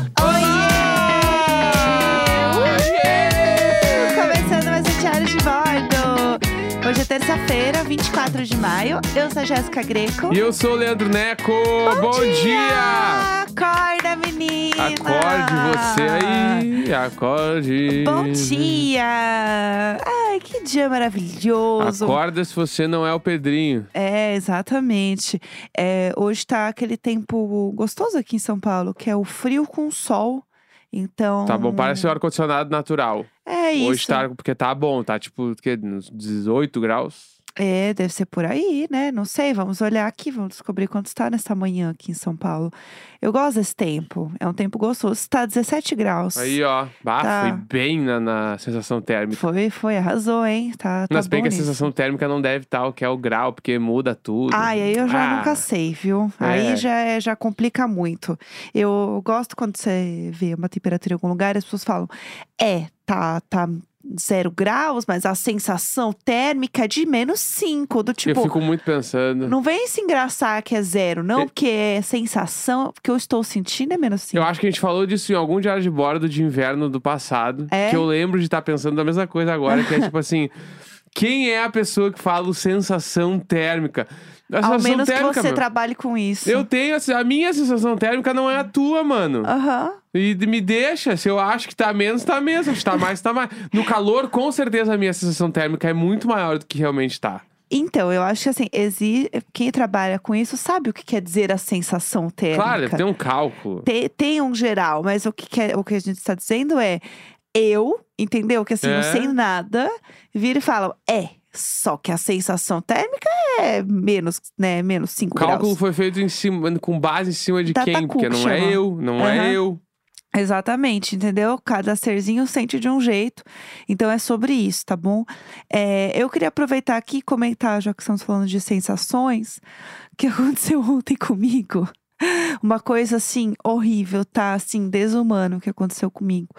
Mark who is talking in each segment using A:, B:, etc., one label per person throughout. A: um Hoje é terça-feira, 24 de maio. Eu sou a Jéssica Greco.
B: E eu sou o Leandro Neco. Bom, dia!
A: Acorda, menina!
B: Acorde você aí, acorde.
A: Bom dia! Ai, que dia maravilhoso!
B: Acorda se você não é o Pedrinho.
A: É, exatamente. É, hoje tá aquele tempo gostoso aqui em São Paulo, que é o frio com sol. Então.
B: Tá bom, parece o ar-condicionado natural.
A: É isso.
B: Hoje tá, porque tá bom, tá tipo, que, uns 18 graus.
A: É, deve ser por aí, né? Não sei, vamos olhar aqui, vamos descobrir quanto está nessa manhã aqui em São Paulo. Eu gosto desse tempo, é um tempo gostoso. Está 17 graus.
B: Aí, ó. Bah,
A: Tá.
B: foi bem na, na sensação térmica.
A: Foi, foi, arrasou, hein? Tá, tá
B: Mas bem
A: bom
B: que a
A: nisso.
B: sensação térmica não deve estar o que é o grau, porque muda tudo.
A: Ai, aí eu já
B: Ah,
A: nunca sei, viu?
B: É.
A: Aí já, é- já complica muito. Eu gosto quando você vê uma temperatura em algum lugar e as pessoas falam: é, tá, tá zero graus, mas a sensação térmica é de menos cinco. Do tipo,
B: Eu fico muito pensando.
A: não vem se engraçar que é zero, não,
B: Eu-
A: porque é sensação, porque eu estou sentindo é menos cinco.
B: Eu acho que a gente falou disso em algum diário de bordo de inverno do passado.
A: É?
B: Que eu lembro de estar pensando da mesma coisa agora, que é tipo assim. Quem é a pessoa que fala o sensação térmica? A
A: Ao
B: sensação
A: menos
B: térmica,
A: que você
B: meu.
A: trabalhe com isso.
B: Eu tenho a, a minha sensação térmica não é a tua, mano.
A: Aham.
B: E de- me deixa, se eu acho que tá menos, tá menos, se tá mais, tá mais. No calor, com certeza a minha sensação térmica é muito maior do que realmente tá.
A: Então, eu acho que assim, exi... quem trabalha com isso sabe o que quer dizer a sensação térmica.
B: Claro, deve ter um cálculo.
A: Te- tem um geral, mas o que, que é- o que a gente está dizendo é eu, entendeu? Que assim,
B: É.
A: não sei nada, vira e fala, é, só que a sensação térmica é menos, né, menos 5
B: O cálculo
A: graus.
B: foi feito em cima, com base em cima de
A: Data
B: quem? Porque
A: cook
B: não é
A: chama.
B: eu, não
A: Aham.
B: é eu.
A: Exatamente, entendeu? Cada serzinho sente de um jeito. Então é sobre isso, tá bom? É, eu queria aproveitar aqui e comentar, já que estamos falando de sensações, o que aconteceu ontem comigo. Uma coisa assim, horrível, tá? Assim, desumano que aconteceu comigo.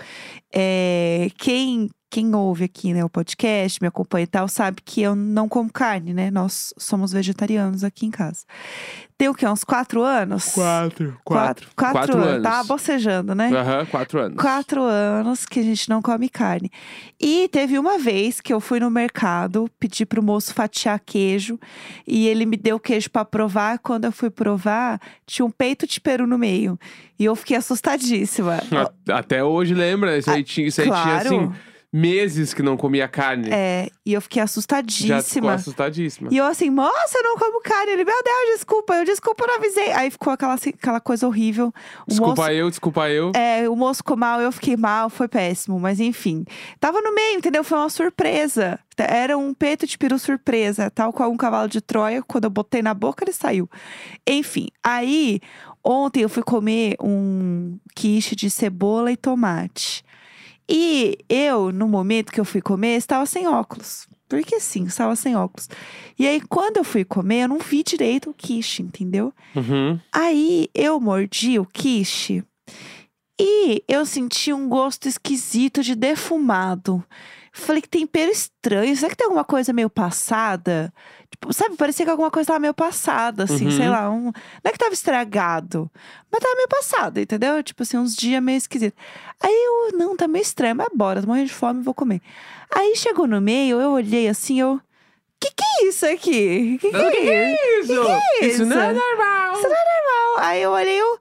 A: É, quem, quem ouve aqui, né, o podcast, me acompanha e tal, sabe que eu não como carne, né? Nós somos vegetarianos aqui em casa. Tem o quê? Uns quatro anos?
B: Quatro.
A: Quatro, quatro,
B: Quatro
A: anos.
B: anos.
A: Tá bocejando, né?
B: Aham, quatro anos.
A: Quatro anos que a gente não come carne. E teve uma vez que eu fui no mercado, pedi pro moço fatiar queijo e ele me deu queijo pra provar. Quando eu fui provar, tinha um peito de peru no meio. E eu fiquei assustadíssima.
B: A- Até hoje lembra, isso aí, tinha, isso aí tinha
A: Ah, claro.
B: assim, meses que não comia carne.
A: É, e eu fiquei
B: Já ficou
A: assustadíssima.
B: assustadíssima.
A: E eu assim, moça, eu não como carne. Ele, meu Deus, desculpa, eu desculpa, eu não avisei. Aí ficou aquela, assim, aquela coisa horrível. O
B: Desculpa
A: moço
B: eu, desculpa eu.
A: É, o moço ficou mal, eu fiquei mal, foi péssimo, mas enfim. Tava no meio, entendeu? Foi uma surpresa. Era um peito de peru surpresa, tal qual um cavalo de Troia. Quando eu botei na boca, ele saiu. Enfim, aí ontem eu fui comer um quiche de cebola e tomate. E eu, no momento que eu fui comer, estava sem óculos. Porque sim, estava sem óculos. E aí, quando eu fui comer, eu não vi direito o quiche, entendeu?
B: Uhum.
A: Aí eu mordi o quiche e eu senti um gosto esquisito de defumado. Falei que tempero estranho. Será que tem alguma coisa meio passada? Tipo, sabe, parecia que alguma coisa tava meio passada, assim,
B: Uhum.
A: sei lá. Um... Não é que tava estragado, mas tava meio passada, entendeu? Tipo assim, uns dias meio esquisito. Aí eu, não, tá meio estranho, mas bora, tô morrendo de fome, vou comer. Aí chegou no meio, eu olhei assim, eu. Que que é isso aqui? Que que
B: Não, que que
A: é isso?
B: Isso,
A: isso?
B: não é normal.
A: Aí eu olhei eu.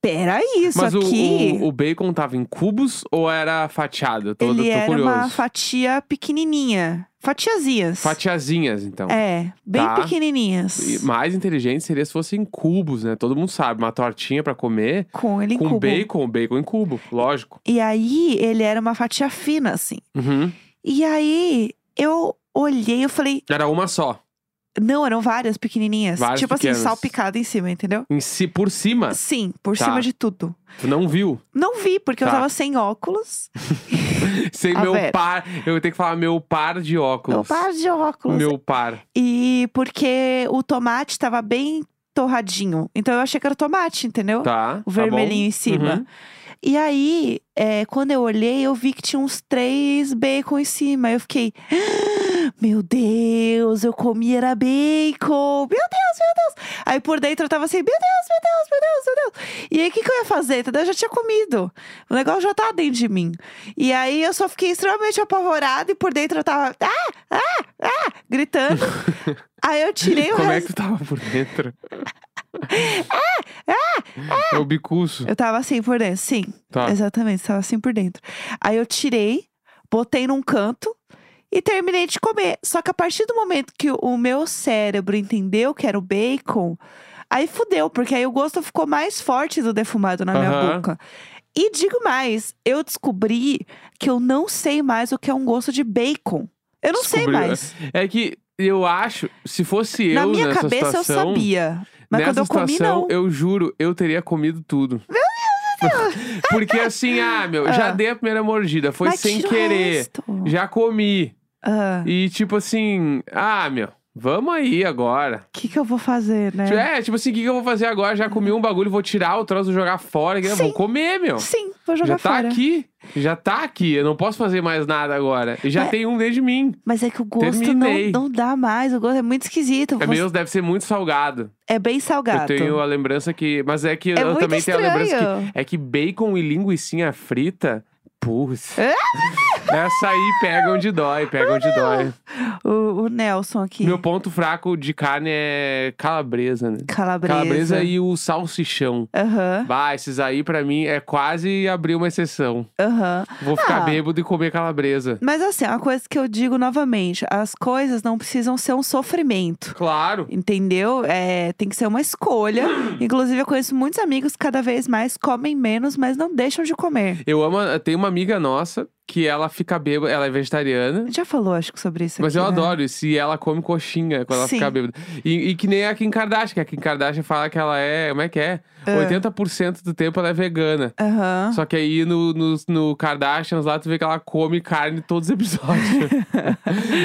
A: Peraí, isso
B: Mas o,
A: aqui.
B: o, o bacon tava em cubos ou era fatiado? Tô,
A: ele
B: tô
A: era
B: curioso.
A: uma fatia pequenininha. Fatiazinhas.
B: Fatiazinhas, então.
A: É, bem
B: Tá.
A: pequenininhas.
B: E mais inteligente seria se fosse em cubos, né? Todo mundo sabe, uma tortinha pra comer
A: Com ele em
B: com
A: cubo.
B: bacon, bacon em cubo, lógico.
A: E aí, ele era uma fatia fina, assim.
B: Uhum.
A: E aí, eu olhei eu falei.
B: Era uma só.
A: Não, eram várias pequenininhas.
B: Várias
A: tipo
B: pequenas.
A: assim, salpicada em cima, entendeu?
B: Em si, por cima.
A: Sim, por
B: Tá.
A: cima de tudo.
B: Tu não viu.
A: Não vi, porque eu
B: Tá.
A: tava sem óculos.
B: Sem
A: A
B: meu
A: Vera.
B: par. Eu tenho que falar meu par de
A: Meu
B: óculos.
A: par de óculos.
B: Meu par.
A: E porque o tomate tava bem torradinho. Então eu achei que era tomate, entendeu? O
B: Tá. tá bom?
A: vermelhinho em cima.
B: Uhum.
A: E aí, é, quando eu olhei, eu vi que tinha uns três bacon em cima. Eu fiquei, "Ah, meu Deus, eu comi era bacon. Meu Deus, meu Deus. Aí por dentro eu tava assim, meu Deus, meu Deus, meu Deus, meu Deus. E aí, o que, que eu ia fazer? Entendeu? Eu já tinha comido. O negócio já tá dentro de mim. E aí eu só fiquei extremamente apavorada e por dentro eu tava, ah, ah, ah. gritando. Aí eu tirei o
B: Como é
A: resto. Ah,
B: que tu tava por dentro? É o bicuço.
A: Eu tava assim por dentro, sim.
B: Tá.
A: Exatamente, tava assim por dentro. Aí eu tirei, botei num canto e terminei de comer. Só que a partir do momento que o meu cérebro entendeu que era o bacon, aí fudeu, porque aí o gosto ficou mais forte do defumado na minha
B: Aham.
A: boca. E digo mais, eu descobri que eu não sei mais o que é um gosto de bacon. Eu não sei
B: Descobriu.
A: mais.
B: É que eu acho, se fosse eu
A: na minha
B: nessa
A: cabeça
B: situação,
A: eu sabia. Mas
B: nessa
A: quando eu comi,
B: situação,
A: não.
B: eu juro, eu teria comido tudo. Meu Deus do céu! Porque assim, ah, meu,
A: Ah.
B: já dei a primeira mordida, foi
A: Mas
B: sem
A: tira o
B: querer.
A: resto.
B: Já comi.
A: Ah, O
B: E tipo assim, ah, meu, vamos aí agora.
A: que, que eu vou fazer, né?
B: Tipo, É, tipo assim, o que, que eu vou fazer agora? Já comi um bagulho, vou tirar o troço, vou jogar fora. que eu
A: Sim.
B: Vou comer, meu.
A: Sim, vou jogar
B: Já tá
A: fora.
B: aqui, já tá aqui. Eu não posso fazer mais nada agora. E já
A: Mas-
B: tem um dentro de mim.
A: Mas é que o gosto não,
B: Terminei.
A: não dá mais. O gosto é muito esquisito.
B: É
A: Você-
B: mesmo, deve ser muito salgado.
A: é bem salgado.
B: Eu tenho a lembrança que. Mas é que
A: É
B: eu
A: muito
B: também tenho a lembrança
A: estranho.
B: que. É que bacon e linguiçinha frita. Putz.
A: É?
B: Essa aí pegam de dói, pegam de
A: Ah,
B: dói.
A: O, o Nelson aqui.
B: Meu ponto fraco de carne é calabresa, né?
A: Calabresa.
B: Calabresa e o salsichão.
A: Aham,
B: Bah, esses aí pra mim é quase abrir uma exceção.
A: aham.
B: Vou ficar
A: Ah.
B: bêbado e comer calabresa.
A: Mas assim, uma coisa que eu digo novamente: as coisas não precisam ser um sofrimento.
B: Claro.
A: Entendeu? É, tem que ser uma escolha. Inclusive, eu conheço muitos amigos que cada vez mais comem menos, mas não deixam de comer.
B: Eu amo. Tem uma amiga nossa que ela fica bêbada, ela é vegetariana.
A: A gente já falou, acho que, sobre isso.
B: Mas
A: aqui,
B: eu
A: né?
B: adoro isso. E ela come coxinha quando ela
A: Sim.
B: fica bêbada. E, e que nem a Kim Kardashian, que a Kim Kardashian fala que ela é. Como é que é?
A: Ah.
B: 80% do tempo ela é vegana.
A: Aham.
B: Só que aí no, no, no Kardashians lá, tu vê que ela come carne todos os episódios.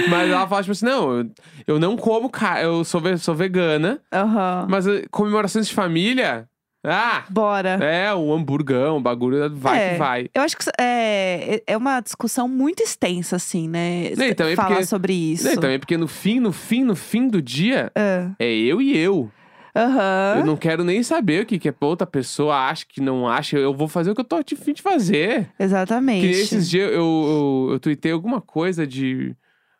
B: Mas ela fala, tipo assim, não, eu, eu não como carne, eu sou, ve- sou vegana,
A: Aham.
B: mas eh, comemorações de família. Ah!
A: Bora.
B: É, um hamburgão, bagulho, vai
A: É.
B: que vai.
A: Eu acho que é, é uma discussão muito extensa, assim, né?
B: Não, e também
A: Falar
B: porque- então,
A: sobre isso.
B: E também porque no fim, no fim, no fim do dia,
A: Ah,
B: é eu e eu.
A: Aham.
B: Eu não quero nem saber o que, que a outra pessoa acha, que não acha. Eu vou fazer o que eu tô a fim de fazer. Que
A: Exatamente.
B: nem esses dias eu, eu, eu tuitei alguma coisa de.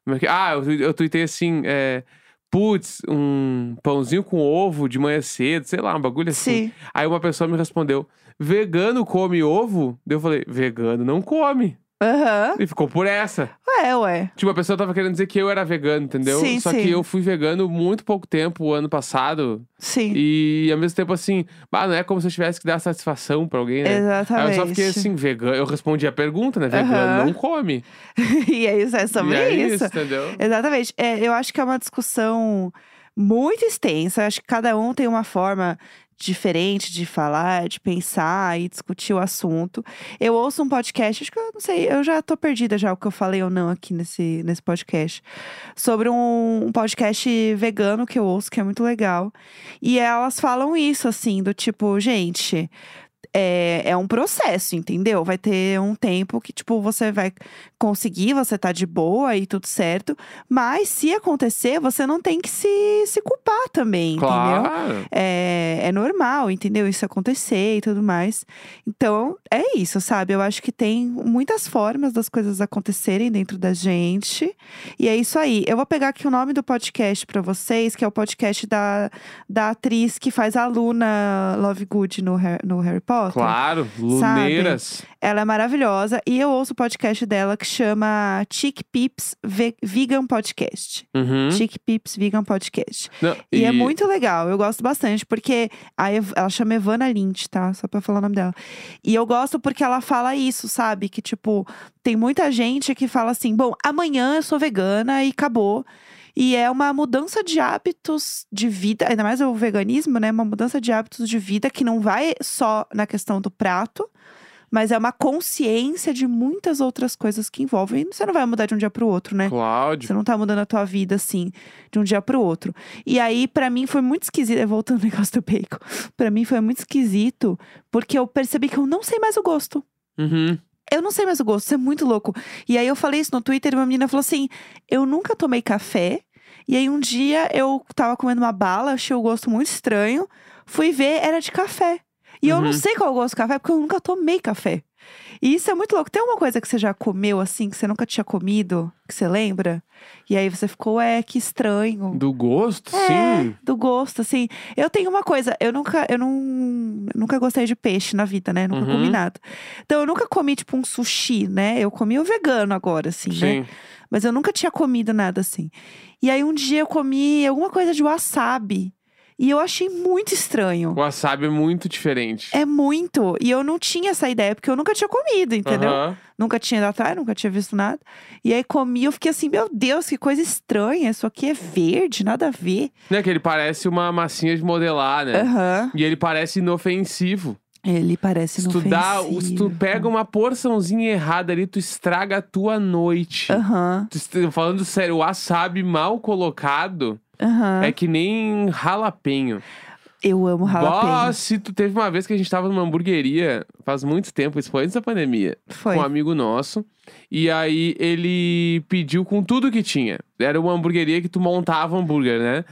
B: como é que- Ah, eu, tui- eu tuitei assim. É, Putz, um pãozinho com ovo de manhã cedo, sei lá, um bagulho assim.
A: Sim.
B: Aí uma pessoa me respondeu: vegano come ovo? Daí eu falei: vegano não come.
A: Aham.
B: E ficou por essa.
A: Ué, ué.
B: Tipo, a pessoa tava querendo dizer que eu era vegano, entendeu?
A: Sim,
B: Só
A: sim.
B: que eu fui vegano muito pouco tempo, o ano passado,
A: Sim.
B: e ao mesmo tempo, assim, bah, não é como se eu tivesse que dar satisfação pra alguém, né?
A: Exatamente.
B: Aí eu só fiquei assim, vegano. Eu respondi a pergunta, né? Vegano
A: Aham.
B: não come.
A: e é isso, é sobre
B: E é
A: isso.
B: entendeu?
A: Exatamente. É, eu acho que é uma discussão muito extensa. Eu Acho que cada um tem uma forma diferente de falar, de pensar e discutir o assunto. Eu ouço um podcast, acho que eu não sei, eu já tô perdida já o que eu falei ou não aqui nesse, nesse podcast. Sobre um, um podcast vegano que eu ouço, que é muito legal. E elas falam isso, assim, do tipo, gente. É, é um processo, entendeu? Vai ter um tempo que, tipo, você vai conseguir, você tá de boa e tudo certo. Mas se acontecer, você não tem que se, se culpar também, entendeu?
B: Claro.
A: É, é normal, entendeu? Isso acontecer e tudo mais. Então, é isso, sabe? Eu acho que tem muitas formas das coisas acontecerem dentro da gente. E é isso aí. Eu vou pegar aqui o nome do podcast pra vocês, que é o podcast da, da atriz que faz a Luna Lovegood no, Har- no Harry Potter.
B: Claro. Luneiras.
A: Ela é maravilhosa. E eu ouço o podcast dela que chama Chick Pips Ve- Vegan Podcast.
B: Uhum.
A: Chick Pips Vegan Podcast.
B: Não,
A: E, é muito legal, eu gosto bastante, porque a Ev- ela chama Evana Lynch, tá? Só pra falar o nome dela. E eu gosto porque ela fala isso, sabe? Que, tipo, tem muita gente que fala assim: bom, amanhã eu sou vegana e acabou. E é uma mudança de hábitos de vida, ainda mais o veganismo, né? Uma mudança de hábitos de vida que não vai só na questão do prato, mas é uma consciência de muitas outras coisas que envolvem. Você não vai mudar de um dia pro outro, né?
B: Cláudio.
A: Você não tá mudando a tua vida, assim, de um dia pro outro. E aí, pra mim, foi muito esquisito. é, Voltando ao negócio do bacon. Pra mim, foi muito esquisito, porque eu percebi que eu não sei mais o gosto.
B: Uhum.
A: Eu não sei mais o gosto, isso é muito louco. E aí, eu falei isso no Twitter e uma menina falou assim: Eu nunca tomei café. E aí, um dia eu tava comendo uma bala, achei o gosto muito estranho. Fui ver, era de café. E eu não
B: Uhum.
A: sei qual é o gosto do café, porque eu nunca tomei café. E isso é muito louco. Tem alguma coisa que você já comeu assim, que você nunca tinha comido, que você lembra? E aí você ficou, é, que estranho.
B: Do
A: É.
B: gosto, sim.
A: Do gosto, assim. Eu tenho uma coisa, eu nunca, eu não, nunca gostei de peixe na vida, né? Nunca
B: Uhum.
A: comi nada. Então eu nunca comi, tipo, um sushi, né? Eu comi o vegano agora, assim, né?
B: Sim.
A: Mas eu nunca tinha comido nada assim. E aí um dia eu comi alguma coisa de wasabi. E eu achei muito estranho.
B: O wasabi é muito diferente.
A: É muito. E eu não tinha essa ideia, porque eu nunca tinha comido, entendeu?
B: Aham.
A: Nunca tinha ido atrás, nunca tinha visto nada. E aí comi, eu fiquei assim, meu Deus, que coisa estranha. Isso aqui é verde, nada a ver.
B: Né, que ele parece uma massinha de modelar, né?
A: Aham.
B: E ele parece inofensivo.
A: Ele parece
B: Estudar,
A: inofensivo.
B: se tu pega uma porçãozinha errada ali, tu estraga a tua noite.
A: Aham,
B: Tu est- Falando sério, o wasabi mal colocado
A: aham. Um
B: é que nem ralapenho.
A: Eu amo
B: Ó,
A: jalapeno.
B: se tu teve uma vez que a gente tava numa hamburgueria, faz muito tempo, isso foi antes da pandemia,
A: Foi.
B: com um amigo nosso. E aí ele pediu com tudo que tinha. Era uma hamburgueria que tu montava hambúrguer, né?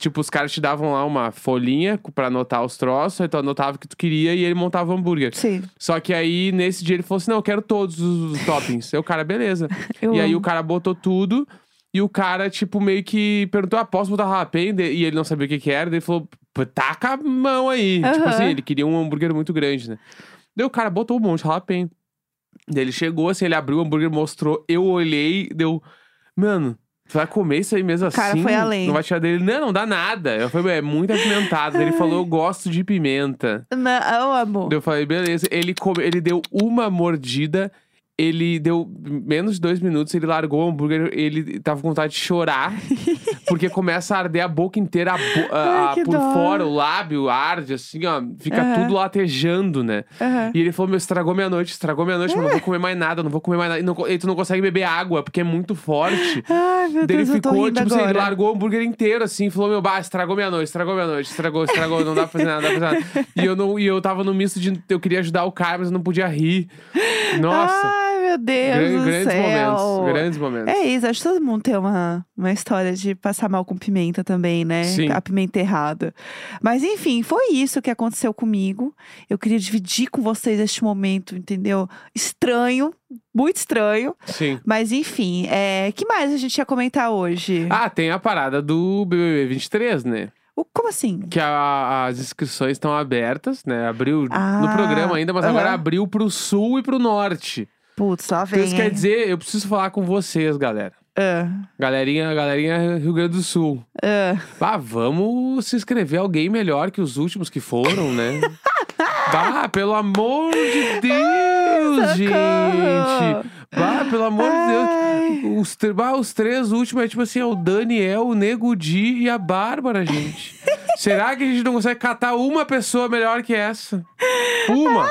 B: Tipo, os caras te davam lá uma folhinha co- pra anotar os troços, aí tu anotava o que tu queria e ele montava hambúrguer.
A: Sim,
B: Só que aí, nesse dia, ele falou assim: não, eu quero todos os os toppings. Aí o cara, beleza.
A: eu
B: E aí
A: amo.
B: o cara botou tudo. E o cara, tipo, meio que perguntou: ah, posso botar jalapeno? De- E ele não sabia o que que era. Daí ele falou: "Pô, taca a mão aí. Tipo
A: Aham.
B: assim, ele queria um hambúrguer muito grande, né? Daí o cara botou um monte de jalapeno. Daí ele chegou, assim, ele abriu o hambúrguer, mostrou. Eu olhei, deu. Mano. Tu vai comer isso aí mesmo
A: O cara
B: assim?
A: foi além.
B: Não vai tirar dele. Não, não dá nada. Eu falei, é muito apimentado. Daí Ele falou, eu gosto de pimenta.
A: Na- eu amo.
B: Daí Eu falei, beleza. Ele, come, ele deu uma mordida, ele deu menos de dois minutos, ele largou o hambúrguer, ele tava com vontade de chorar, porque começa a arder a boca inteira, a bo- a-
A: Ai,
B: a-
A: que
B: por
A: dó.
B: fora, o lábio arde, assim, ó, fica
A: Aham.
B: tudo latejando, né?
A: Aham. Ah.
B: E ele falou, meu, estragou minha noite, estragou minha noite, eu não vou comer mais nada, eu não vou comer mais nada. E, não, co- e tu não consegue beber água, porque é muito forte.
A: Ai, meu
B: Daí
A: Deus,
B: ele
A: eu tô
B: ficou,
A: rindo
B: tipo assim, ele
A: agora.
B: largou o hambúrguer inteiro, assim, e falou, meu, bah, estragou minha noite, estragou minha noite, estragou, estragou, não dá pra fazer nada, não dá pra fazer nada. E eu, não, e eu tava no misto de, eu queria ajudar o cara, mas eu não podia rir. Nossa,
A: Ai, meu Deus
B: gran-
A: do
B: grandes
A: céu.
B: momentos, grandes momentos.
A: É isso, acho que todo mundo tem uma, uma história de passar mal com pimenta também, né?
B: Sim.
A: A pimenta errada. Mas enfim, foi isso que aconteceu comigo. Eu queria dividir com vocês este momento, entendeu? Estranho, muito estranho.
B: Sim.
A: Mas enfim, é... que mais a gente ia comentar hoje?
B: Ah, tem a parada do BBB 23, né?
A: O- Como assim?
B: Que a- as inscrições estão abertas, né? Abriu
A: Ah,
B: no programa ainda, mas agora
A: aham.
B: abriu pro sul e pro norte.
A: Putz, lá
B: Então
A: vem.
B: isso quer
A: hein?
B: dizer, eu preciso falar com vocês, galera.
A: Ah,
B: Galerinha, galerinha Rio Grande do Sul.
A: ah.
B: Ah, vamos se inscrever alguém melhor que os últimos que foram, né? Bah, pelo amor de Deus, gente! Bah, pelo amor de
A: Ai.
B: Deus. Os, tr- bah, os três últimos é tipo assim, é o Daniel, o Nego Di e a Bárbara, gente. Será que a gente não consegue catar uma pessoa melhor que essa? Uma!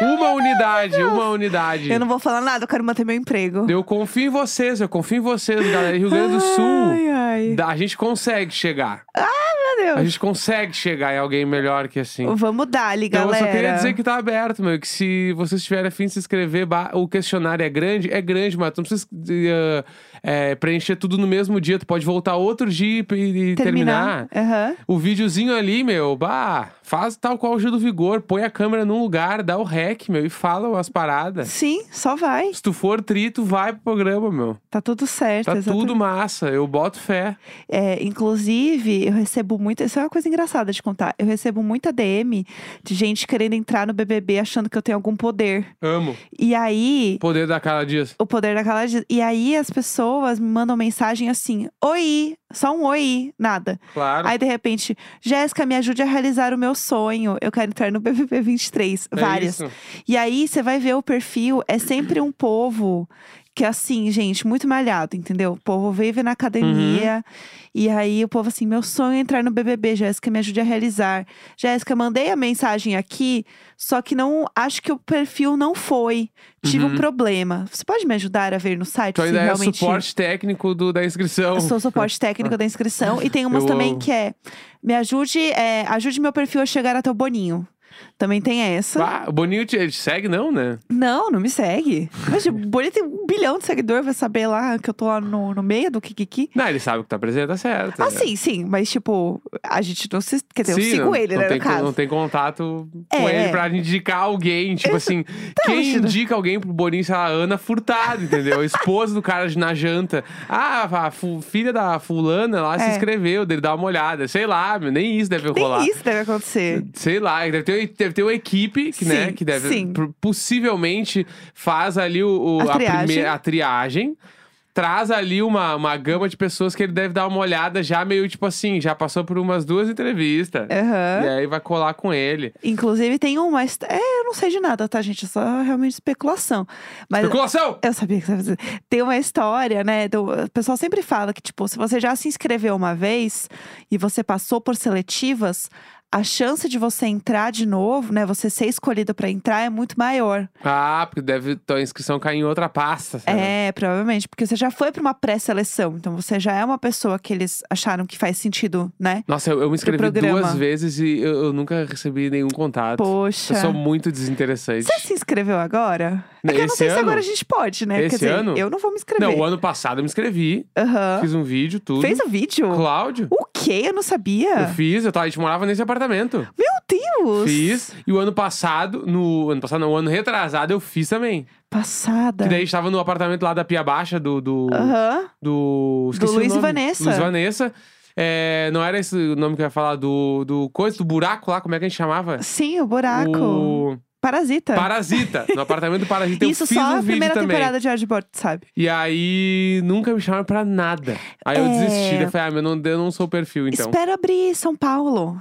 B: uma unidade, uma unidade.
A: Eu não vou falar nada, eu quero manter meu emprego.
B: Eu confio em vocês, eu confio em vocês, galera. Rio Grande é do Sul,
A: Ai, ai.
B: da- a gente consegue chegar.
A: Meu Deus.
B: A gente consegue chegar em alguém melhor que assim.
A: Vamos dar-lhe,
B: Então
A: galera.
B: eu só queria dizer que tá aberto, meu. Que se vocês tiverem afim de se inscrever, ba- o questionário é grande, é grande, mas tu não precisa eh, eh, preencher tudo no mesmo dia. Tu pode voltar outro dia e, e terminar.
A: terminar. Aham.
B: O videozinho ali, meu, bah, faz tal qual o Gil do Vigor, põe a câmera num lugar, dá o rec, meu, e fala as paradas.
A: Sim, só vai.
B: Se tu for tri, tu vai pro programa, meu.
A: Tá tudo certo.
B: Tá
A: exatamente.
B: tudo massa, eu boto fé.
A: É, inclusive, eu recebo muita. Isso é uma coisa engraçada de contar. Eu recebo muita DM de gente querendo entrar no BBB achando que eu tenho algum poder.
B: Amo.
A: E aí.
B: Poder da cara disso.
A: O poder daquela. de- E aí as pessoas me mandam mensagem assim: Oi! Só um oi, nada.
B: Claro.
A: Aí de repente, Jéssica, me ajude a realizar o meu sonho. Eu quero entrar no BBB 23.
B: É
A: Várias.
B: isso.
A: E aí, você vai ver o perfil, é sempre um povo que, assim, gente, muito malhado, entendeu? O povo vive na academia.
B: Uhum.
A: E aí, o povo assim, meu sonho é entrar no BBB, Jéssica, me ajude a realizar. Jéssica, mandei a mensagem aqui, só que não, acho que o perfil não foi. Tive um
B: Uhum.
A: problema. Você pode me ajudar a ver no site
B: Tua
A: se
B: ideia
A: realmente...
B: é suporte técnico do, da inscrição.
A: Eu sou o suporte técnico da inscrição. E tem umas
B: Eu
A: também
B: amo.
A: que é: me ajude, é, ajude meu perfil a chegar até o Boninho. Também tem essa.
B: Bah, Ah, o Boninho te, ele te segue, não, né?
A: Não, não me segue. Mas o Boninho tem um bilhão de seguidores, vai saber lá que eu tô lá no, no meio do Kikiki.
B: Não, ele sabe que tá presente, tá certo.
A: Ah,
B: né?
A: sim, sim. Mas, tipo, a gente não se. Quer dizer, eu
B: Sim,
A: sigo
B: não,
A: ele,
B: não
A: né,
B: tem,
A: no
B: co-
A: caso.
B: Não tem contato com
A: É. Tá,
B: ele pra indicar alguém. Tipo assim, quem
A: Cristina.
B: indica alguém pro Boninho, sei lá, Ana Furtado, entendeu? A esposa do cara de na janta. Ah, a fu- filha da fulana lá se
A: É.
B: inscreveu, dele dá uma olhada. Sei lá, meu, nem isso deve
A: Nem
B: rolar.
A: isso deve acontecer.
B: Sei lá, deve ter, deve ter uma equipe que, né,
A: Sim,
B: que deve
A: sim.
B: pro- possivelmente faz ali o, o-
A: A triagem.
B: primeira- a triagem, traz ali uma, uma gama de pessoas que ele deve dar uma olhada já meio tipo assim, já passou por umas duas entrevistas.
A: Aham.
B: E aí vai colar com ele.
A: Inclusive, tem um, mas. É, eu não sei de nada, tá, gente? É só realmente especulação. Mas.
B: Especulação!
A: Eu sabia que você ia fazer. Tem uma história, né? do- O pessoal sempre fala que, tipo, se você já se inscreveu uma vez e você passou por seletivas, a chance de você entrar de novo, né? Você ser escolhido pra entrar é muito maior.
B: Ah, porque deve tua inscrição cair em outra pasta. sabe?
A: É, provavelmente, porque você já foi pra uma pré-seleção, então você já é uma pessoa que eles acharam que faz sentido, né?
B: Nossa, eu, eu me inscrevi
A: programa.
B: duas vezes e eu, eu nunca recebi nenhum contato.
A: Poxa.
B: Eu sou muito desinteressante.
A: Você se inscreveu agora? É que eu não
B: Esse
A: sei se
B: ano?
A: agora a gente pode, né?
B: Esse
A: Quer dizer,
B: ano?
A: eu não vou me inscrever.
B: Não, o ano passado eu me inscrevi,
A: Aham.
B: fiz um vídeo, tudo.
A: Fez o vídeo?
B: Cláudio.
A: O quê? Eu não sabia.
B: Eu fiz, eu tava, a gente morava nesse apartamento.
A: Meu Deus!
B: Fiz. E o ano passado, no ano passado, não, o ano retrasado, eu fiz também.
A: Passada.
B: Que daí a gente tava no apartamento lá da Pia Baixa, do. do,
A: Tá. Aham.
B: do, esqueci o
A: Luiz e
B: nome.
A: Vanessa.
B: Luiz e Vanessa. É, não era esse o nome que eu ia falar, do, do coisa, do buraco lá, como é que a gente chamava?
A: Sim, o buraco.
B: O
A: Parasita.
B: Parasita. No apartamento do Parasita
A: Isso
B: eu fiz
A: só
B: um
A: a
B: vídeo
A: primeira
B: também.
A: temporada de Hardboard, sabe?
B: E aí nunca me chamaram pra nada. Aí eu
A: É.
B: desisti. daí Eu falei, ah, meu, não, eu não sou o perfil, então.
A: Espera abrir São Paulo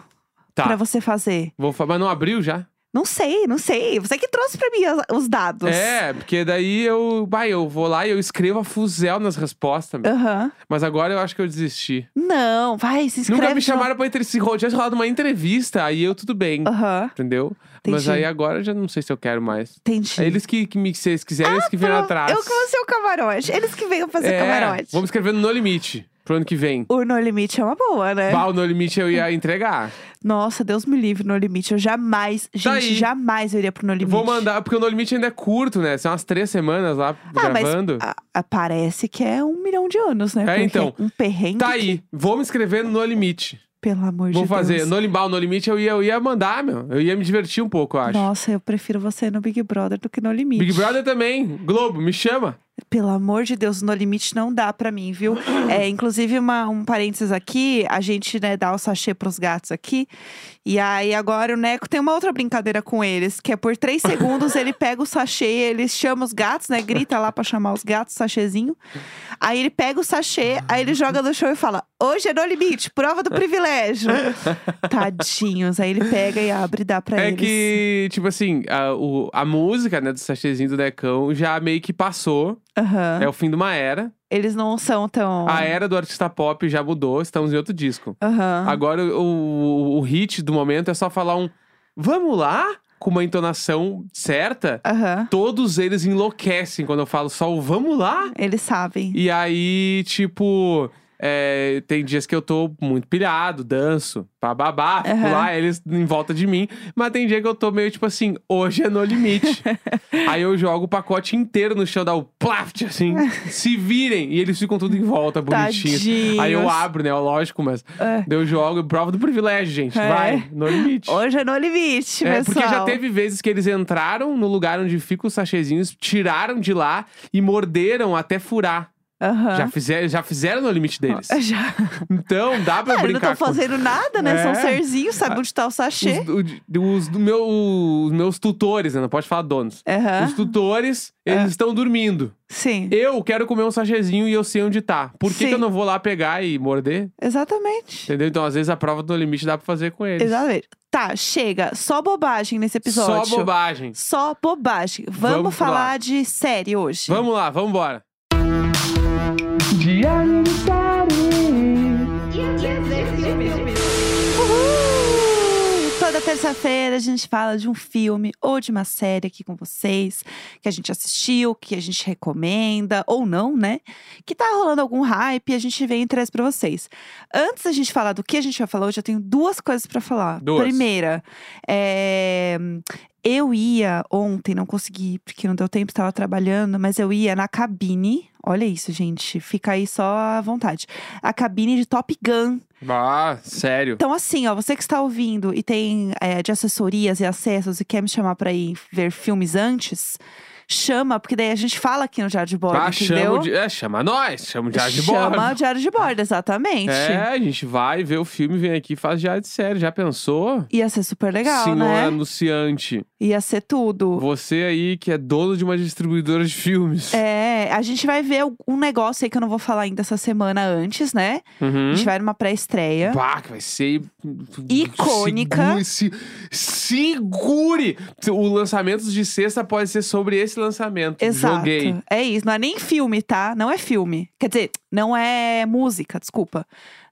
B: tá.
A: pra você fazer.
B: Vou falar, mas não abriu já?
A: Não sei, não sei. Você que trouxe pra mim as- os dados.
B: É, porque daí eu, bah, eu vou lá e eu escrevo a fuzel nas respostas. meu.
A: Aham.
B: Mas agora eu acho que eu desisti.
A: Não, vai, se inscreve.
B: Nunca me
A: de novo.
B: chamaram pra entre se ro- tivesse rolado uma entrevista, aí eu tudo bem,
A: Aham.
B: entendeu? Mas
A: Entendi.
B: aí agora eu já não sei se eu quero mais.
A: Entendi.
B: É eles que, que me, se eles quiserem, eles que vieram
A: Pro-
B: atrás.
A: Eu que vou ser o camarote. Eles que venham fazer
B: é,
A: camarote.
B: Vamos escrever no No Limite pro ano que vem.
A: O No Limite é uma boa, né?
B: Bah, o No Limite eu ia entregar.
A: Nossa, Deus me livre, No Limite. Eu jamais, gente,
B: Tá aí.
A: jamais eu iria pro No Limite.
B: Vou mandar, porque o No Limite ainda é curto, né? São umas três semanas lá
A: Ah,
B: gravando.
A: mas a- a- parece que é um milhão de anos, né?
B: É,
A: Porque
B: então.
A: Um perrengue.
B: Tá
A: que-
B: aí, vou me inscrever no No Limite.
A: Pelo amor
B: Vou
A: de
B: fazer.
A: Deus.
B: No limbal, no limite, eu ia, eu ia mandar, meu. Eu ia me divertir um pouco, eu acho.
A: Nossa, eu prefiro você no Big Brother do que no Limite.
B: Big Brother também. Globo, me chama.
A: Pelo amor de Deus, no limite não dá pra mim, viu? É, inclusive, uma- um parênteses aqui, a gente, né, dá o sachê pros gatos aqui. E aí, agora o Neco tem uma outra brincadeira com eles, que é por três segundos ele pega o sachê, ele chama os gatos, né, grita lá pra chamar os gatos, sachêzinho. Aí ele pega o sachê, aí ele joga no chão e fala: Hoje é no limite, prova do privilégio. Tadinhos. Aí ele pega e abre e dá pra
B: é
A: eles.
B: que, tipo assim, a, o- a música, né, do sachêzinho do Necão já meio que passou.
A: Aham.
B: É o fim de uma era.
A: Eles não são tão.
B: A era do artista pop já mudou, estamos em outro disco.
A: Aham.
B: Agora, o, o, o hit do momento é só falar um vamos lá, com uma entonação certa.
A: Aham.
B: Todos eles enlouquecem quando eu falo só o vamos lá.
A: Eles sabem.
B: E aí, tipo, é, tem dias que eu tô muito pilhado, danço, bababá, fico
A: Aham.
B: lá, eles em volta de mim. Mas tem dia que eu tô meio tipo assim, hoje é no limite. aí eu jogo o pacote inteiro no chão, dá o plaft, assim, se virem. E eles ficam tudo em volta, bonitinhos.
A: Tadinhos.
B: Aí eu abro, né? ó, Lógico, mas
A: É.
B: daí eu jogo e prova do privilégio, gente.
A: É.
B: Vai, no limite.
A: Hoje é no limite,
B: É,
A: pessoal.
B: porque já teve vezes que eles entraram no lugar onde ficam os sachezinhos, tiraram de lá e morderam até furar.
A: Aham.
B: Já fizeram, já fizeram no limite deles.
A: Já.
B: Então, dá pra
A: Ah, eles não
B: brincar
A: estão fazendo nada, né? São
B: É.
A: serzinhos, sabe onde tá o
B: com
A: sachê.
B: os, o- os do meu- os meus tutores, né? Não pode falar donos.
A: Aham. Ah.
B: Os tutores, eles estão dormindo.
A: Sim,
B: Eu quero comer um sachezinho e eu sei onde tá. Por que,
A: Sim.
B: que eu não vou lá pegar e morder?
A: exatamente.
B: Entendeu? Então, às vezes, a prova do limite dá pra fazer com eles.
A: Exatamente. Tá, chega. Só bobagem nesse episódio.
B: Só bobagem.
A: Só bobagem. Vamos,
B: Vamos pra
A: falar
B: lá.
A: de série hoje.
B: Vamos lá, vamos embora.
A: Uhul! Toda terça terça-feira a gente fala de um filme ou de uma série aqui com vocês, que a gente assistiu, que a gente recomenda, ou não, né? Que tá rolando algum hype e a gente vem e traz pra vocês. Antes da gente falar do que a gente vai falar hoje, eu tenho duas coisas pra falar.
B: Duas.
A: Primeira, é, eu ia ontem, não consegui, porque não deu tempo, estava trabalhando, mas eu ia na cabine. Olha isso, gente. Fica aí só à vontade. A cabine de Top Gun.
B: Ah, sério.
A: Então, assim, ó, você que está ouvindo e tem é, de assessorias e acessos e quer me chamar para ir ver filmes antes, chama, porque daí a gente fala aqui no Diário de Bordo,
B: Ah,
A: entendeu?
B: chama, de, é, chama nós, chama o Diário de
A: Chama
B: Bordo.
A: o Diário de Bordo, exatamente.
B: É, a gente vai ver o filme, vem aqui e faz diário de série. Já pensou?
A: Ia ser super legal,
B: Senhor
A: né?
B: anunciante,
A: Ia ser tudo.
B: você aí que é dono de uma distribuidora de filmes.
A: É, a gente vai ver um negócio aí que eu não vou falar ainda essa semana antes, né?
B: Uhum.
A: A gente vai numa pré-estreia.
B: Pá, que vai ser.
A: Icônica.
B: Segure, se- segure! O lançamento de sexta pode ser sobre esse lançamento.
A: Exato.
B: Joguei.
A: É isso. Não é nem filme, tá? Não é filme. Quer dizer, não é música, desculpa.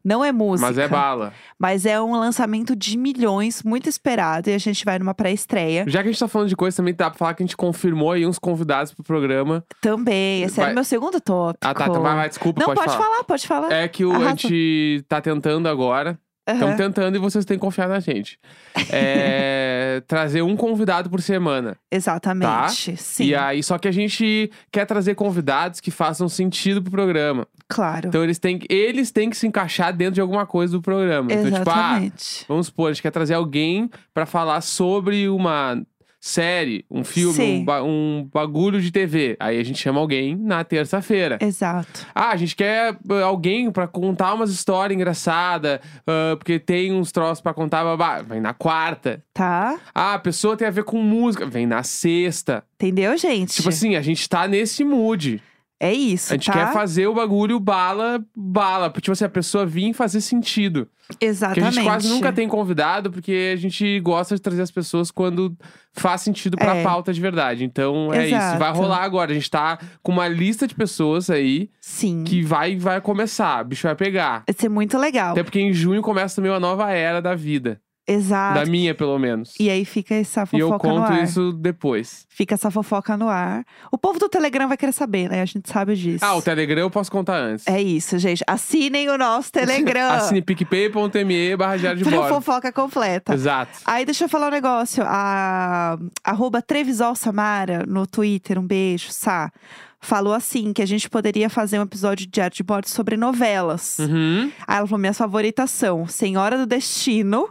A: Não é música.
B: Mas é bala.
A: Mas é um lançamento de milhões, muito esperado. E a gente vai numa pré-estreia
B: Já que a gente tá falando de coisa, também dá pra falar que a gente confirmou aí uns convidados pro programa.
A: também. Esse era
B: Vai-
A: o meu segundo tópico.
B: Ah, tá, então vai, vai, desculpa,
A: Não,
B: pode, falar.
A: pode falar.
B: É então que o,
A: Arrasa.
B: a gente tá tentando agora. Estamos
A: Aham.
B: tentando e vocês têm que confiar na gente. É, trazer um convidado por semana.
A: Exatamente. Sim,
B: tá, E aí, só que a gente quer trazer convidados que façam sentido pro programa.
A: claro.
B: Então eles têm, que- eles têm que se encaixar dentro de alguma coisa do programa. Então, tipo, ah,
A: Exatamente.
B: vamos supor, a gente quer trazer alguém pra falar sobre uma série, um filme,
A: Sim.
B: um, ba- um bagulho de TV. Aí a gente chama alguém na terça-feira.
A: Exato.
B: Ah, a gente quer eh, alguém pra contar umas histórias engraçadas, ah, porque tem uns troços pra contar, babá. Vem na quarta.
A: Tá?
B: Ah, a pessoa tem a ver com música. Vem na sexta.
A: Entendeu, gente?
B: Tipo assim, a gente tá nesse mood.
A: é isso,
B: A
A: tá?
B: gente quer fazer o bagulho bala, bala. Tipo assim, a pessoa vir e fazer sentido. Porque
A: Exatamente.
B: a gente quase nunca tem convidado, porque a gente gosta de trazer as pessoas quando faz sentido pra
A: É.
B: pauta de verdade. Então é isso. Vai
A: Exato.
B: rolar agora. A gente tá com uma lista de pessoas aí
A: Sim.
B: que vai, vai começar. O bicho vai pegar.
A: Vai ser muito legal.
B: Até porque em junho começa também uma nova era da vida.
A: Exato.
B: da minha, pelo menos.
A: Ah, E aí fica essa
B: E eu
A: fofoca no
B: conto
A: ar.
B: isso depois.
A: Fica essa fofoca no ar. O povo do Telegram vai querer saber, né? A gente sabe disso.
B: Ah, o Telegram eu posso contar antes.
A: É isso, gente. Assinem o nosso Telegram.
B: Assine picpay.me barra diário de
A: pra
B: bordo.
A: é fofoca completa.
B: Exato.
A: Aí deixa eu falar um negócio. A arroba Trevisol Samara no Twitter, um beijo, Sá. Falou assim: que a gente poderia fazer um episódio de Diário de Bordo sobre novelas.
B: Uhum.
A: Aí ela falou: minhas favoritas são Senhora do Destino.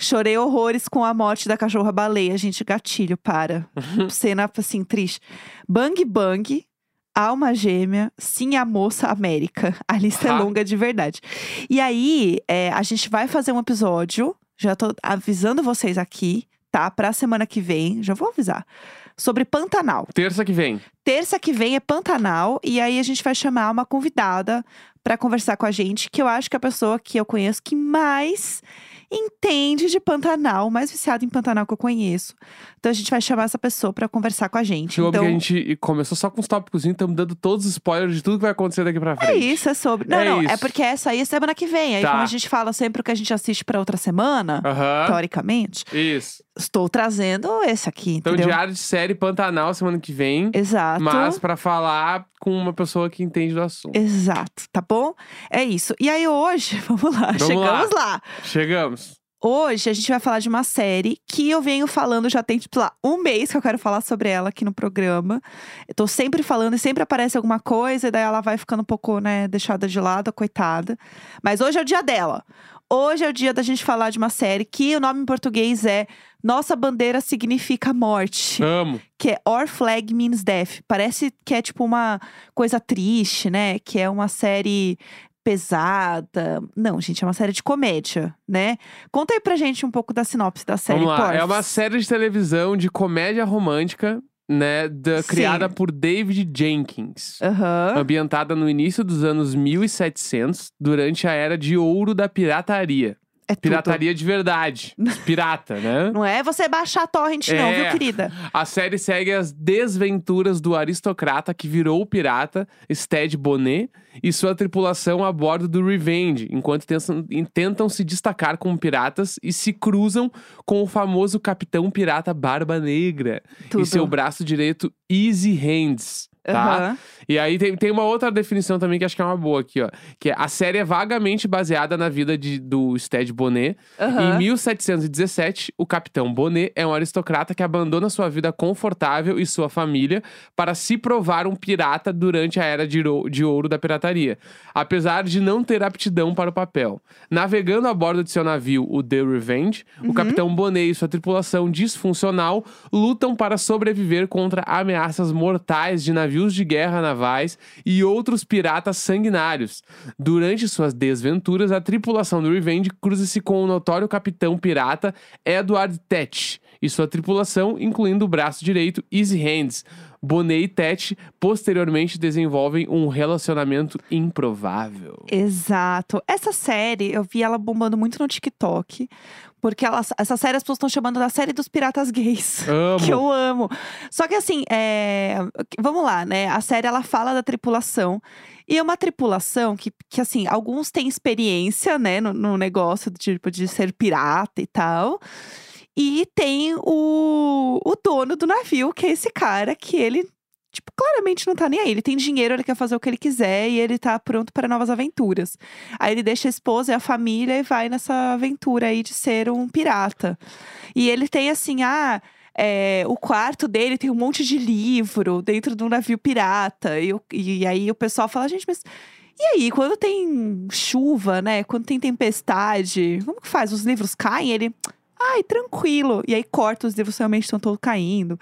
A: Chorei horrores com a morte da cachorra baleia. Gente, gatilho, para. Cena assim, triste. Bang Bang. Alma Gêmea, Sim a Moça América. A lista é
B: Ah.
A: longa de verdade. E aí, é, a gente vai fazer um episódio, já tô avisando vocês aqui, tá? Pra semana que vem, já vou avisar. Sobre Pantanal.
B: Terça que vem.
A: Terça que vem é Pantanal e aí a gente vai chamar uma convidada pra conversar com a gente, que eu acho que é a pessoa que eu conheço que mais entende de Pantanal, mais viciada em Pantanal que eu conheço. Então a gente vai chamar essa pessoa pra conversar com a gente.
B: Chegou
A: então
B: porque a gente começou só com os tópicos, estamos dando todos os spoilers de tudo que vai acontecer daqui pra frente.
A: é isso, é sobre. Não,
B: É
A: não, é
B: isso.
A: porque essa aí é semana que vem. Aí
B: Tá.
A: como a gente fala sempre o que a gente assiste pra outra semana,
B: Aham.
A: Então, teoricamente,
B: Isso.
A: estou trazendo esse aqui,
B: Então,
A: entendeu?
B: diário de série Pantanal semana que vem.
A: Exato.
B: Mas pra falar com uma pessoa que entende do assunto.
A: Exato, tá bom? É isso. E aí hoje, vamos lá,
B: Vamos
A: chegamos lá.
B: Chegamos.
A: Hoje a gente vai falar de uma série que eu venho falando já tem, tipo, sei lá, um mês que eu quero falar sobre ela aqui no programa. Eu tô sempre falando e sempre aparece alguma coisa, e daí ela vai ficando um pouco, né, deixada de lado, a coitada. Mas hoje é o dia dela. Hoje é o dia da gente falar de uma série que o nome em português é Nossa Bandeira Significa Morte,
B: Amo.
A: que é Our Flag Means Death. Parece que é tipo uma coisa triste, né? Que é uma série pesada. Não, gente, é uma série de comédia, né? Conta aí pra gente um pouco da sinopse da série.
B: Vamos lá.
A: Porfs.
B: É uma série de televisão de comédia romântica, né? da-
A: Sim.
B: criada por David Jenkins.
A: Aham.
B: Ambientada no início dos anos 1700, durante a era de ouro da pirataria.
A: É tudo.
B: Pirataria de verdade. Os Pirata, né?
A: Não é você baixar a torrent, não,
B: É.
A: viu, querida?
B: A série segue as desventuras do aristocrata que virou o pirata, Sted Bonnet, e sua tripulação a bordo do Revenge, enquanto tentam, tentam se destacar como piratas e se cruzam com o famoso capitão pirata Barba Negra
A: Tudo.
B: e seu braço direito Easy Hands. Tá?
A: Aham.
B: E aí tem, tem uma outra definição também que acho que é uma boa aqui, ó. Que é, a série é vagamente baseada na vida de, do Sted Bonnet,
A: Aham.
B: em 1717, o capitão Bonnet é um aristocrata que abandona sua vida confortável e sua família para se provar um pirata durante a era de, ouro- de ouro da pirataria, apesar de não ter aptidão para o papel. Navegando a bordo de seu navio, o The Revenge,
A: Uhum.
B: o capitão Bonnet e sua tripulação disfuncional lutam para sobreviver contra ameaças mortais de navios de guerra navais e outros piratas sanguinários. Durante suas desventuras, a tripulação do Revenge cruza-se com o notório capitão pirata Edward Tet e sua tripulação, incluindo o braço direito Easy Hands. Bonnet e Tet posteriormente desenvolvem um relacionamento improvável.
A: Exato. Essa série, eu vi ela bombando muito no TikTok. Porque ela- essa série as pessoas estão chamando da série dos piratas gays.
B: Amo.
A: Que eu amo. Só que assim, é, vamos lá, né? A série ela fala da tripulação. E é uma tripulação que, que assim, alguns têm experiência, né, no, no negócio do tipo de ser pirata e tal. E tem o, o dono do navio, que é esse cara que ele, tipo, claramente não tá nem aí. Ele tem dinheiro, ele quer fazer o que ele quiser e ele tá pronto para novas aventuras. Aí ele deixa a esposa e a família e vai nessa aventura aí de ser um pirata. E ele tem assim, ah. é, o quarto dele tem um monte de livro dentro de um navio pirata. E, o- e aí o pessoal fala, gente, mas. E aí, quando tem chuva, né? Quando tem tempestade, como que faz? Os livros caem? Ele. Ai, tranquilo. E aí corta, os livros realmente estão todos caindo.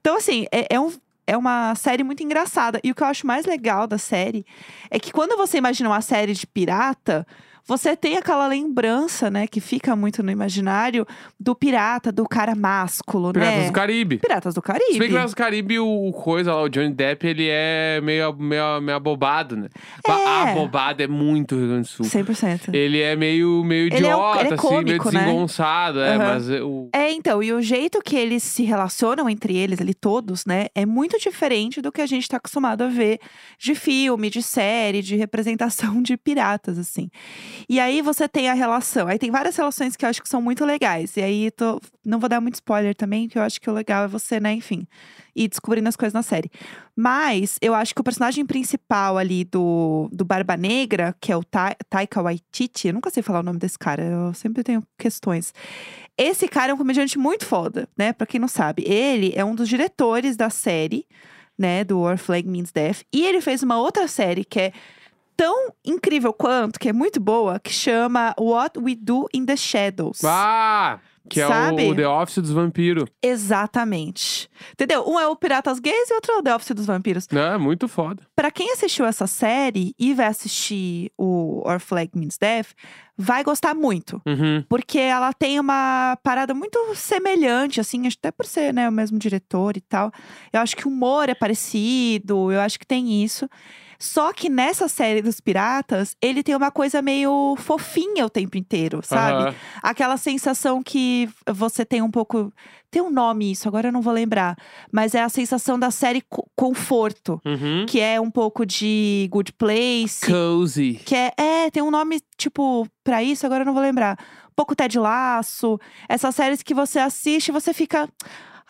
A: Então, assim, é, é um- é uma série muito engraçada. E o que eu acho mais legal da série é que quando você imagina uma série de pirata, você tem aquela lembrança, né, que fica muito no imaginário do pirata, do cara másculo,
B: Piratas
A: né?
B: do Caribe.
A: Piratas do
B: Se bem que
A: Caribe.
B: Piratas do Caribe, o, o coisa lá, o Johnny Depp, ele é meio, meio, meio abobado, né?
A: É.
B: Abobado é muito Rio Grande do Sul.
A: 100%.
B: Ele é meio, meio
A: Ele é o-
B: idiota,
A: ele é
B: assim, meio
A: cômico, né?
B: desengonçado, é,
A: Aham.
B: mas o.
A: É, então, e o jeito que eles se relacionam entre eles, ali todos, né, é muito diferente do que a gente tá acostumado a ver de filme, de série, de representação de piratas, assim. E aí você tem a relação, aí tem várias relações que eu acho que são muito legais. E aí, tô- não vou dar muito spoiler também, que eu acho que o legal é você, né, enfim, ir descobrindo as coisas na série. Mas eu acho que o personagem principal ali do, do Barba Negra, que é o Ta- Taika Waititi, eu nunca sei falar o nome desse cara, eu sempre tenho questões. Esse cara é um comediante muito foda, né? Pra quem não sabe, ele é um dos diretores da série, né? Do Our Flag Means Death. E ele fez uma outra série que é tão incrível quanto, que é muito boa, que chama What We Do in the Shadows.
B: Ah! Que é
A: Sabe?
B: o, o The Office dos Vampiros.
A: Exatamente. Entendeu? Um é o Piratas Gays e outro é o The Office dos Vampiros.
B: Né? Muito foda.
A: Pra quem assistiu essa série e vai assistir o Our Flag Means Death, vai gostar muito.
B: Uhum.
A: Porque ela tem uma parada muito semelhante, assim, acho até por ser né, o mesmo diretor e tal. Eu acho que o humor é parecido, eu acho que tem isso. Só que nessa série dos piratas, ele tem uma coisa meio fofinha o tempo inteiro, sabe?
B: Aham.
A: Aquela sensação que você tem um pouco. Tem um nome isso, agora eu não vou lembrar. Mas é a sensação da série co- conforto,
B: Uhum.
A: que é um pouco de good place,
B: Cozy.
A: que é, é, tem um nome, tipo, pra isso, agora eu não vou lembrar. Um pouco Ted Laço, essas séries que você assiste e você fica.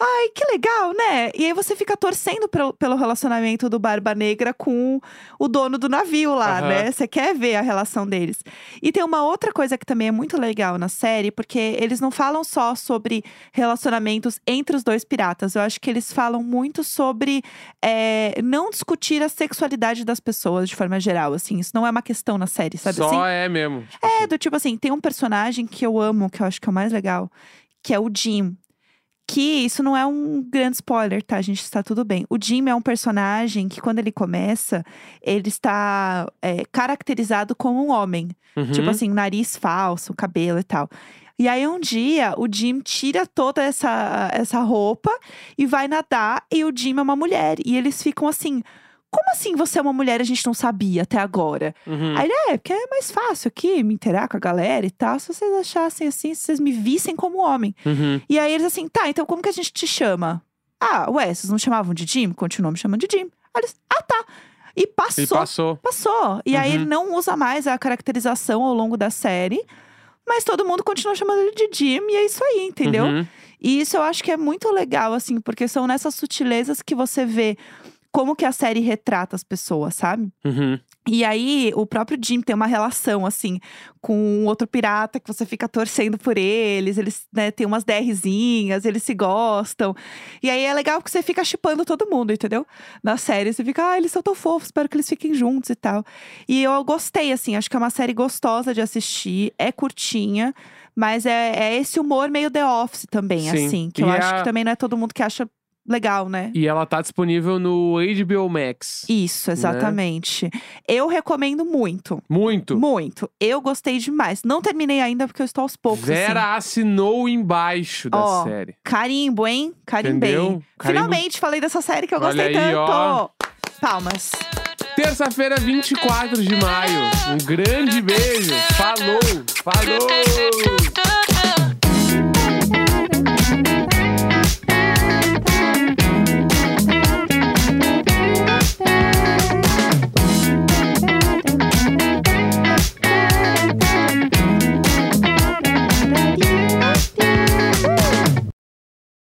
A: Ai, que legal, né? E aí você fica torcendo pelo, pelo relacionamento do Barba Negra com o dono do navio lá,
B: Aham.
A: né? Você quer ver a relação deles. E tem uma outra coisa que também é muito legal na série, porque eles não falam só sobre relacionamentos entre os dois piratas. Eu acho que eles falam muito sobre é, não discutir a sexualidade das pessoas de forma geral, assim. Isso não é uma questão na série, sabe
B: Só
A: assim?
B: é mesmo. Tipo
A: É, do tipo assim, tem um personagem que eu amo, que eu acho que é o mais legal, que é o Jim. Que isso não é um grande spoiler, tá, gente? Está tudo bem. O Jim é um personagem que, quando ele começa, ele está é, caracterizado como um homem.
B: Uhum.
A: Tipo assim, nariz falso, cabelo e tal. E aí um dia o Jim tira toda essa, essa roupa e vai nadar, e o Jim é uma mulher. E eles ficam assim. Como assim você é uma mulher e a gente não sabia até agora?
B: Uhum.
A: Aí ele, é, porque é mais fácil aqui me interar com a galera e tal. Se vocês achassem assim, se vocês me vissem como homem.
B: Uhum.
A: E aí eles assim, tá, então como que a gente te chama? Ah, ué, vocês não chamavam de Jim? Continuam me chamando de Jim. Aí eles, ah, tá. E passou,
B: Ele passou.
A: passou. E aí
B: Uhum.
A: ele não usa mais a caracterização ao longo da série. Mas todo mundo continua chamando ele de Jim e é isso aí, entendeu?
B: Uhum.
A: E isso eu acho que é muito legal, assim, porque são nessas sutilezas que você vê como que a série retrata as pessoas, sabe?
B: Uhum.
A: E aí, o próprio Jim tem uma relação, assim, com um outro pirata que você fica torcendo por eles. Eles, né, têm umas DRzinhas, eles se gostam. E aí é legal porque você fica chipando todo mundo, entendeu? Na série, você fica, ah, eles são tão fofos, espero que eles fiquem juntos e tal. E eu gostei, assim, acho que é uma série gostosa de assistir, é curtinha. Mas é, é esse humor meio The Office também,
B: Sim.
A: assim. Que eu
B: E
A: acho
B: a-
A: que também não é todo mundo que acha legal, né?
B: E ela tá disponível no HBO Max.
A: Isso, exatamente. Eu recomendo muito.
B: Muito.
A: Muito. Eu gostei demais. Não terminei ainda porque eu estou aos poucos.
B: Vera
A: Assim.
B: assinou embaixo da
A: Ó,
B: série.
A: Carimbo, hein? Carimbei.
B: Entendeu? Carimbo.
A: Finalmente falei dessa série que eu
B: Olha
A: gostei
B: aí,
A: tanto.
B: ó.
A: Palmas.
B: Terça-feira, 24 de maio. Um grande beijo. Falou. Falou.